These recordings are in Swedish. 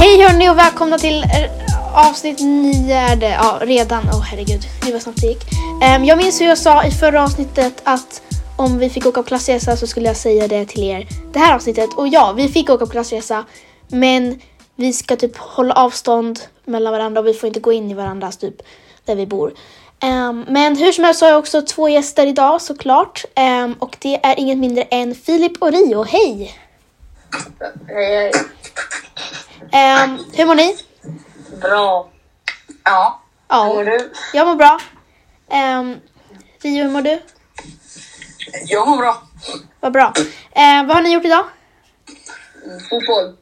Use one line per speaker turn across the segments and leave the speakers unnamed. Hej hörni och välkomna till eh, avsnitt 9. är det. Ja, redan. Åh herregud, det var snabbt det gick. Ehm, jag minns hur jag sa i förra avsnittet att om vi fick åka på klassresa så skulle jag säga det till er det här avsnittet. Och ja, vi fick åka på klassresa. Men vi ska typ hålla avstånd mellan varandra och vi får inte gå in i varandras typ där vi bor. Ehm, men hur som helst så har jag också två gäster idag såklart. Ehm, och det är inget mindre än Filip och Rio. Hej!
Hej, hej.
Ehm, hur mår ni?
Bra. Ja.
Ja.
Hur mår du?
Jag mår bra. Um, Rio, hur mår du?
Jag mår bra.
Vad bra. Ehm, vad har ni gjort idag?
Fotboll.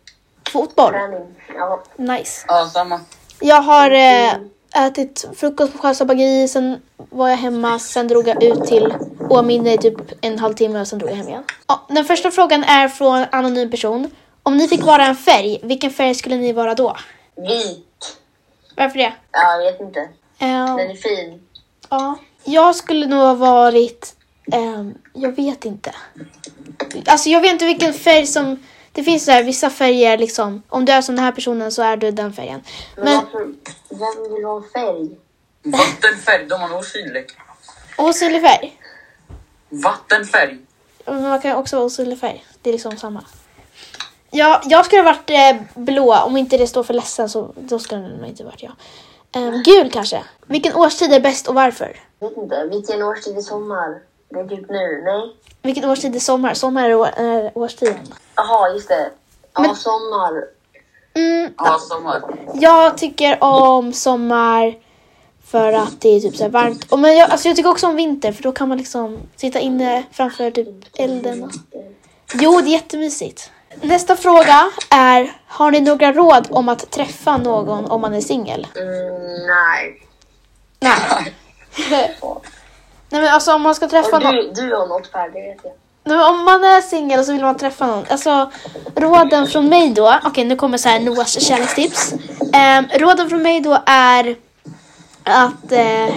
Fotboll.
Ja.
Nice.
ja, samma.
Jag har eh, ätit frukost på Sjösta bageri, sen var jag hemma, sen drog jag ut till Åminne i typ en halvtimme och sen drog jag hem igen. Ja, den första frågan är från en anonym person. Om ni fick vara en färg, vilken färg skulle ni vara då?
Vit.
Varför det?
Ja, jag vet inte.
Ehm,
Den är fin.
Ja. Jag skulle nog ha varit... ehm, jag vet inte. Alltså jag vet inte vilken färg som... Det finns så här, vissa färger liksom. Om du är som den här personen så är du den färgen.
Men,
Men
varför, vem vill ha en färg?
Vattenfärg, de har en osynlig.
osynlig färg.
Vattenfärg.
Men man kan också vara osynlig färg. Det är liksom samma. Ja, jag skulle ha varit eh, blå. Om inte det står för ledsen så då skulle det nog inte varit jag. Ehm, gul kanske. Vilken årstid är bäst och varför?
Jag vet inte. Vilken årstid är sommar? Det är typ nu. Nej.
Vilken årstid är sommar? Sommar är, å- är eh, årstiden.
Jaha, just det. Ja,
Men-
sommar.
Mm,
Ja, sommar.
Jag tycker om sommar för att det är typ så här varmt. Och men jag, alltså jag tycker också om vinter för då kan man liksom sitta inne framför typ elden. Och... Jo, det är jättemysigt. Nästa fråga är, har ni några råd om att träffa någon om man är singel?
Mm, nej.
Nej. Nej men alltså om man ska träffa
Och
någon.
du, du har något Per, det vet jag.
Nej, men om man är singel så vill man träffa någon. Alltså, råden från mig då. Okej, nu kommer så här Noahs kärlekstips. Ehm, råden från mig då är att... Eh,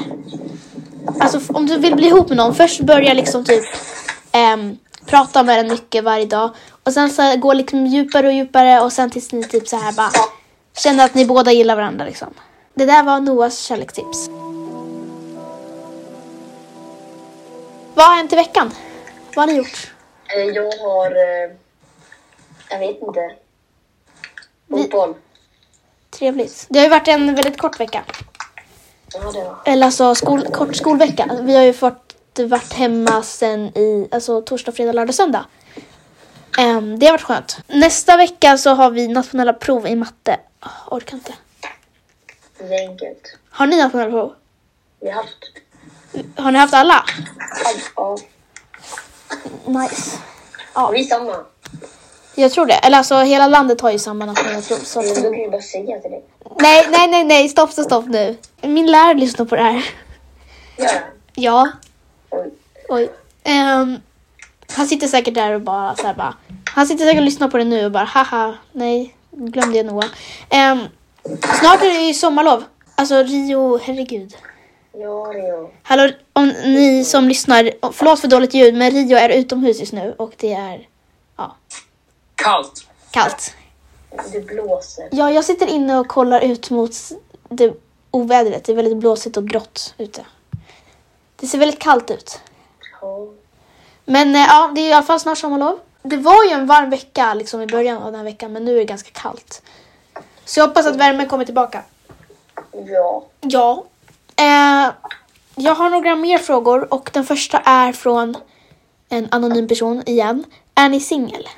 alltså, f- om du vill bli ihop med någon, först börja liksom typ ehm, prata med den mycket varje dag. Och sen så här, gå liksom djupare och djupare och sen tills ni typ så här bara känner att ni båda gillar varandra liksom. Det där var Noahs kärlekstips. Vad har hänt i veckan? Vad har ni gjort?
Eh, Jag har... eh, Jag vet inte. Fotboll.
Trevligt. Det har ju varit en väldigt kort vecka.
Ja, det var.
Eller alltså skol, kort skolvecka. Alltså, Vi har ju fått varit hemma sen i alltså, torsdag, fredag, lördag, söndag. Ehm, det har varit skönt. Nästa vecka så har vi nationella prov i matte. Åh, orkar inte.
Det är enkelt.
Har ni nationella prov?
Vi har haft...
Har ni haft alla?
Ja.
Nice.
Ja, vi är samma.
Jag tror det. Eller alltså hela landet har ju samma nationella prov. Så
Men
att...
då kan ju bara säga till dig.
Nej, nej, nej, nej. Stopp, stopp, stopp nu. Min lärare lyssnar på det här.
Gör
Ja.
Oj.
Oj. Ehm, han sitter säkert där och bara så här bara. Han sitter säkert och lyssnar på det nu och bara haha, nej, glöm det Noah. Ehm, snart är det ju sommarlov. Alltså Rio, herregud.
Ja, det gör
Hallå, om ni som lyssnar, förlåt för dåligt ljud, men Rio är utomhus just nu och det är
Kallt.
kallt.
Det blåser.
Ja, jag sitter inne och kollar ut mot det ovädret. Det är väldigt blåsigt och grått ute. Det ser väldigt kallt ut.
Ja.
Men eh, ja, det är i alla fall snart sommarlov. Det var ju en varm vecka liksom, i början av den här veckan, men nu är det ganska kallt. Så jag hoppas att värmen kommer tillbaka.
Ja.
Ja. Eh, jag har några mer frågor och den första är från en anonym person igen. Är ni singel?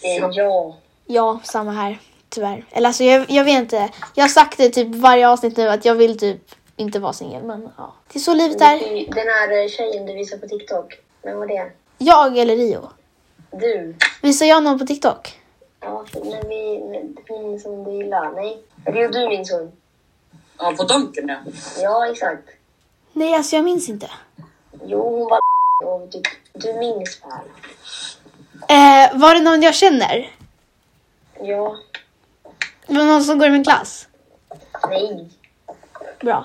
Eh, ja.
Ja, samma här. Tyvärr. Eller alltså jag, jag vet inte. Jag har sagt det typ varje avsnitt nu att jag vill typ inte vara singel, men ja. Det är så livet är.
Den här eh, tjejen du visade på TikTok. Vem var det?
Jag eller Rio?
Du.
Visar jag någon på TikTok?
Ja, men vi... men Hon som du gillar. Nej. Det är du min son.
Ja, på Donken ja.
Ja, exakt.
Nej, alltså jag minns inte.
Jo, hon var och du, du minns väl?
Eh, var det någon jag känner?
Ja.
Var det någon som går i min klass?
Nej.
Bra.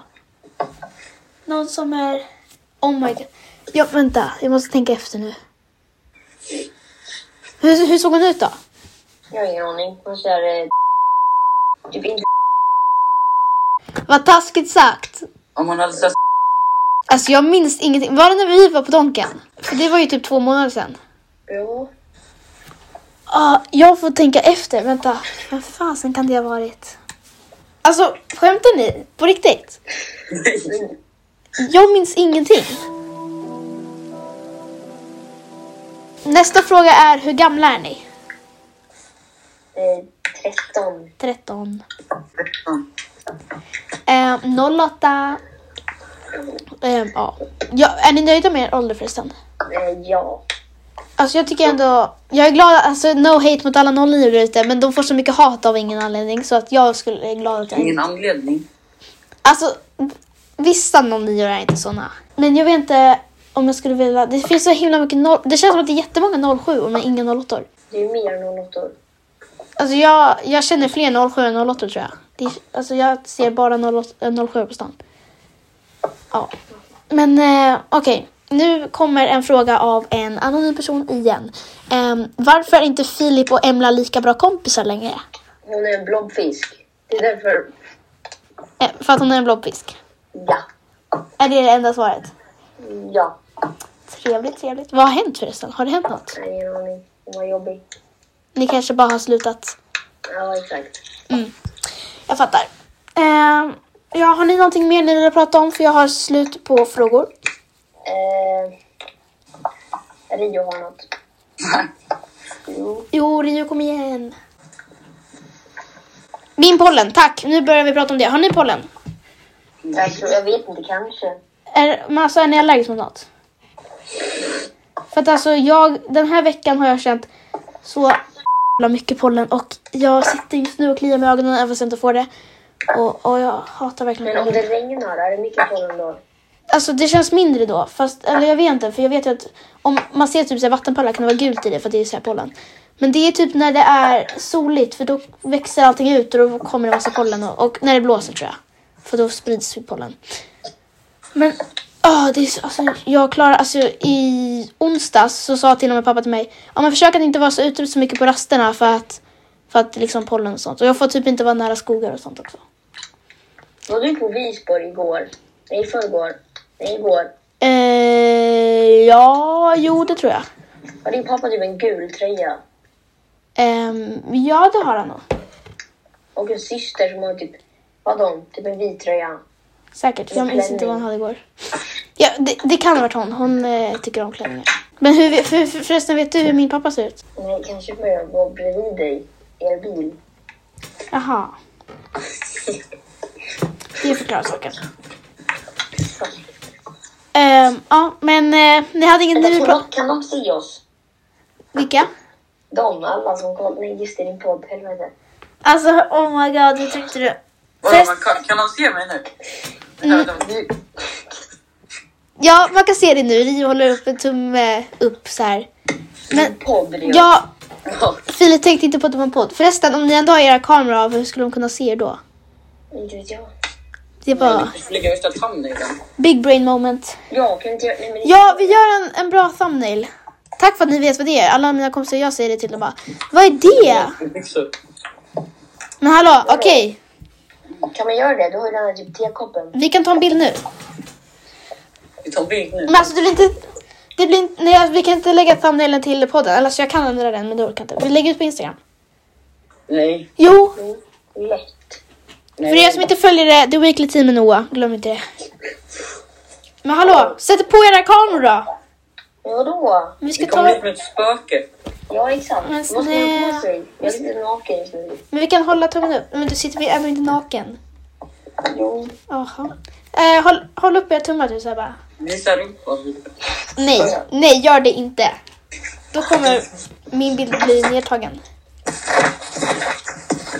Någon som är... Oh my god. Ja, vänta. Jag måste tänka efter nu. Hur, hur såg hon ut då?
Jag har ingen aning. Hon kör... eh, Typ inte...
Vad taskigt sagt.
Om hon hade sagt
Alltså jag minns ingenting. Var det när vi var på Donken? För det var ju typ två månader sedan.
Jo.
Ja, jag får tänka efter. Vänta. Vem fasen kan det ha varit? Alltså, skämtar ni? På riktigt?
nej.
Jag minns ingenting. Nästa fråga är, hur gamla är ni?
Eh, 13.
13.
Mm.
Eh, 08. Eh, ja. ja. Är ni nöjda med er ålder förresten?
Eh, ja.
Alltså jag tycker ändå, jag är glad, alltså no hate mot alla 09 där ute, men de får så mycket hat av ingen anledning så att jag skulle, är glad att jag
Ingen anledning.
Alltså, vissa 09 är inte såna. Men jag vet inte om jag skulle vilja... Det finns så himla mycket noll... Det känns som att det är jättemånga 07 men inga 08
Du är mer än 08 år.
Alltså jag, jag känner fler 07 än 08 tror jag. Det, är- alltså jag ser bara 08, 07 på stan. Ja. Men eh, okej, nu kommer en fråga av en anonym person igen. Ehm, varför är inte Filip och Emla lika bra kompisar längre?
Hon är en blobfisk. Det är därför...
Eh, för att hon är en blobfisk.
Ja.
Är det det enda svaret?
Ja.
Trevligt, trevligt. Vad har hänt förresten? Har det hänt något?
Jag har ingen aning. Hon var jobbig.
Ni kanske bara har slutat. Mm.
Ja, exakt.
Jag fattar. Ehm, ja, har ni någonting mer ni vill prata om? För jag har slut på frågor.
Eh, Rio har något. Jo.
Jo, Rio, kom igen. Min pollen, tack. Nu börjar vi prata om det. Har ni pollen?
Jag, tror, jag vet inte, kanske.
Är, men alltså, är ni allergisk mot något? För att alltså, jag, den här veckan har jag känt så jävla mycket pollen och jag sitter just nu och kliar mig i ögonen även fast jag inte får det. Och, och jag hatar verkligen
Men om
pollen.
det regnar, är det mycket pollen då?
Alltså det känns mindre då, fast eller jag vet inte för jag vet ju att om man ser typ så här vattenpölar kan det vara gult i det för att det är så här pollen. Men det är typ när det är soligt för då växer allting ut och då kommer det massa pollen och, och när det blåser tror jag. För då sprids ju pollen. Men åh, det är så, alltså, jag klarar, alltså i onsdags så sa till och med pappa till mig, ja men försök att inte vara så ute så mycket på rasterna för att, för att liksom pollen och sånt. Och jag får typ inte vara nära skogar och sånt också.
Var du på Visborg igår? Nej, i förrgår. Nej, igår.
Eh, ja, jo det tror jag.
Har din pappa typ en gul tröja?
Ehm, ja, det har han nog.
Och en syster som har typ, vadå, typ en vit tröja.
Säkert. Jag minns inte vad han hade igår. Ja, det, det kan ha varit hon. Hon eh, tycker om klänningar. Men hur, för, för, förresten, vet du hur min pappa ser ut?
Nej, kanske får jag vara bredvid dig i er bil.
Jaha. Det förklarar saken. Ehm, ja, men eh, ni hade inget... Ni vill
Vänta, kan,
prata...
de, kan de se oss?
Vilka?
De, alla som kollar. Nej, just det, din podd. Helvete.
Alltså, oh my god, hur tänkte du?
Vadå, man kan, kan de se mig nu?
Mm.
Vänta, vänta.
Du,
Ja, man kan se det nu. Rio håller upp en tumme upp så här. Men,
din podd, Rio.
ja,
Ja.
Filip tänkte inte på att det var en podd. Förresten, om ni ändå har era kameror av, hur skulle de kunna se er då?
Inte vet jag.
Det var
Du får lägga ut ett hand i den.
big brain moment.
Ja, kan inte jag... Nej, men
Ja, vi gör en, en bra thumbnail. Tack för att ni vet vad det är. Alla mina kompisar och jag säger det till dem bara. Vad är det?
Byxor.
Men hallå, okej.
Kan man göra det? Du har ju den här typ tekoppen.
Vi kan ta en bild nu.
Vi tar en bild nu.
Men alltså det blir inte... Det blir inte nej, vi kan inte lägga thumbnailen till podden. Eller alltså jag kan ändra den men det orkar jag inte. Vi lägger ut på Instagram.
Nej.
Jo,
Mm. Lätt.
nej.
för er som inte följer det, The Weekly Team med Noah. Glöm inte det. Men hallå, sätt på era kameror då.
Men vadå?
Vi ska
Det kommer
ta...
hit med ett spöke.
Ja, exakt.
Men
Vad ska man
snälla.
på sig? Jag sitter naken just nu.
Men vi kan hålla tummen upp. Men du sitter vi ändå inte naken.
Jo.
Jaha. Eh, håll, håll upp era tummar du så här bara.
Visa rumpan.
Nej, nej gör det inte. Då kommer min bild bli nedtagen.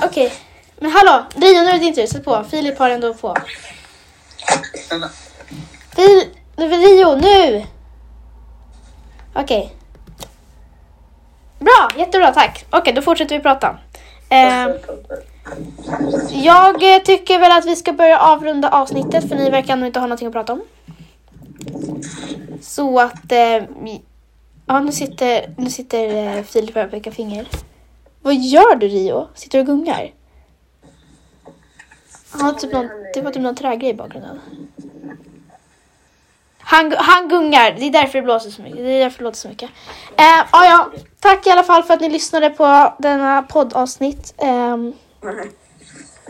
Okej. Men hallå, Rio nu är det din tur. Sätt på. Filip har ändå på.
Men,
Fil... Nu är det Rio, nu! Okej. Bra, jättebra, tack. Okej, då fortsätter vi prata. Eh, Jag eh, tycker väl att vi ska börja avrunda avsnittet för ni verkar nog inte ha någonting att prata om. Så att... Eh, vi- ja, nu sitter, nu sitter eh, Filip här och pekar finger. Vad gör du Rio? Sitter du och gungar? Han har typ någon, det var typ någon trägrej i bakgrunden. Han, han gungar, det är därför det blåser så mycket. Det är därför det låter så mycket. Eh, ja, ja. Tack i alla fall för att ni lyssnade på denna poddavsnitt. Ehm,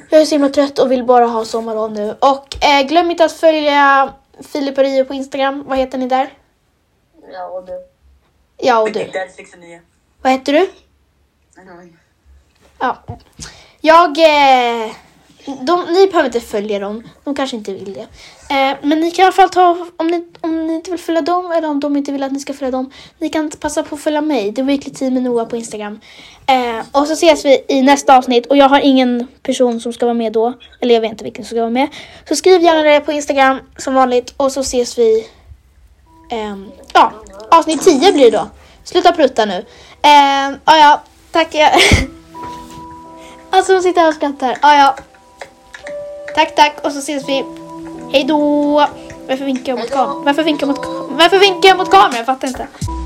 jag är så himla trött och vill bara ha sommarlov nu. Och eh, glöm inte att följa Filip och Rio på Instagram. Vad heter ni där?
Ja, och du.
Ja, och du.
Där 69.
Vad heter du?
Mm.
Ja. Jag... Eh, de, ni behöver inte följa dem. De kanske inte vill det. Eh, men ni kan i alla fall ta... Om ni, om ni inte vill följa dem eller om de inte vill att ni ska följa dem. Ni kan passa på att följa mig. The Weekly Team med Noah på Instagram. Eh, och så ses vi i nästa avsnitt. Och jag har ingen person som ska vara med då. Eller jag vet inte vilken som ska vara med. Så skriv gärna det på Instagram som vanligt. Och så ses vi... ehm, ja, avsnitt 10 blir det då. Sluta prutta nu. Eh, ja, ja. Tack. Alltså hon sitter här och skrattar. Ah, ja. Tack, tack och så ses vi. Hej då! Varför vinkar jag mot kameran? Varför vinkar jag mot, ka- Varför vinkar jag mot kameran? Jag fattar inte.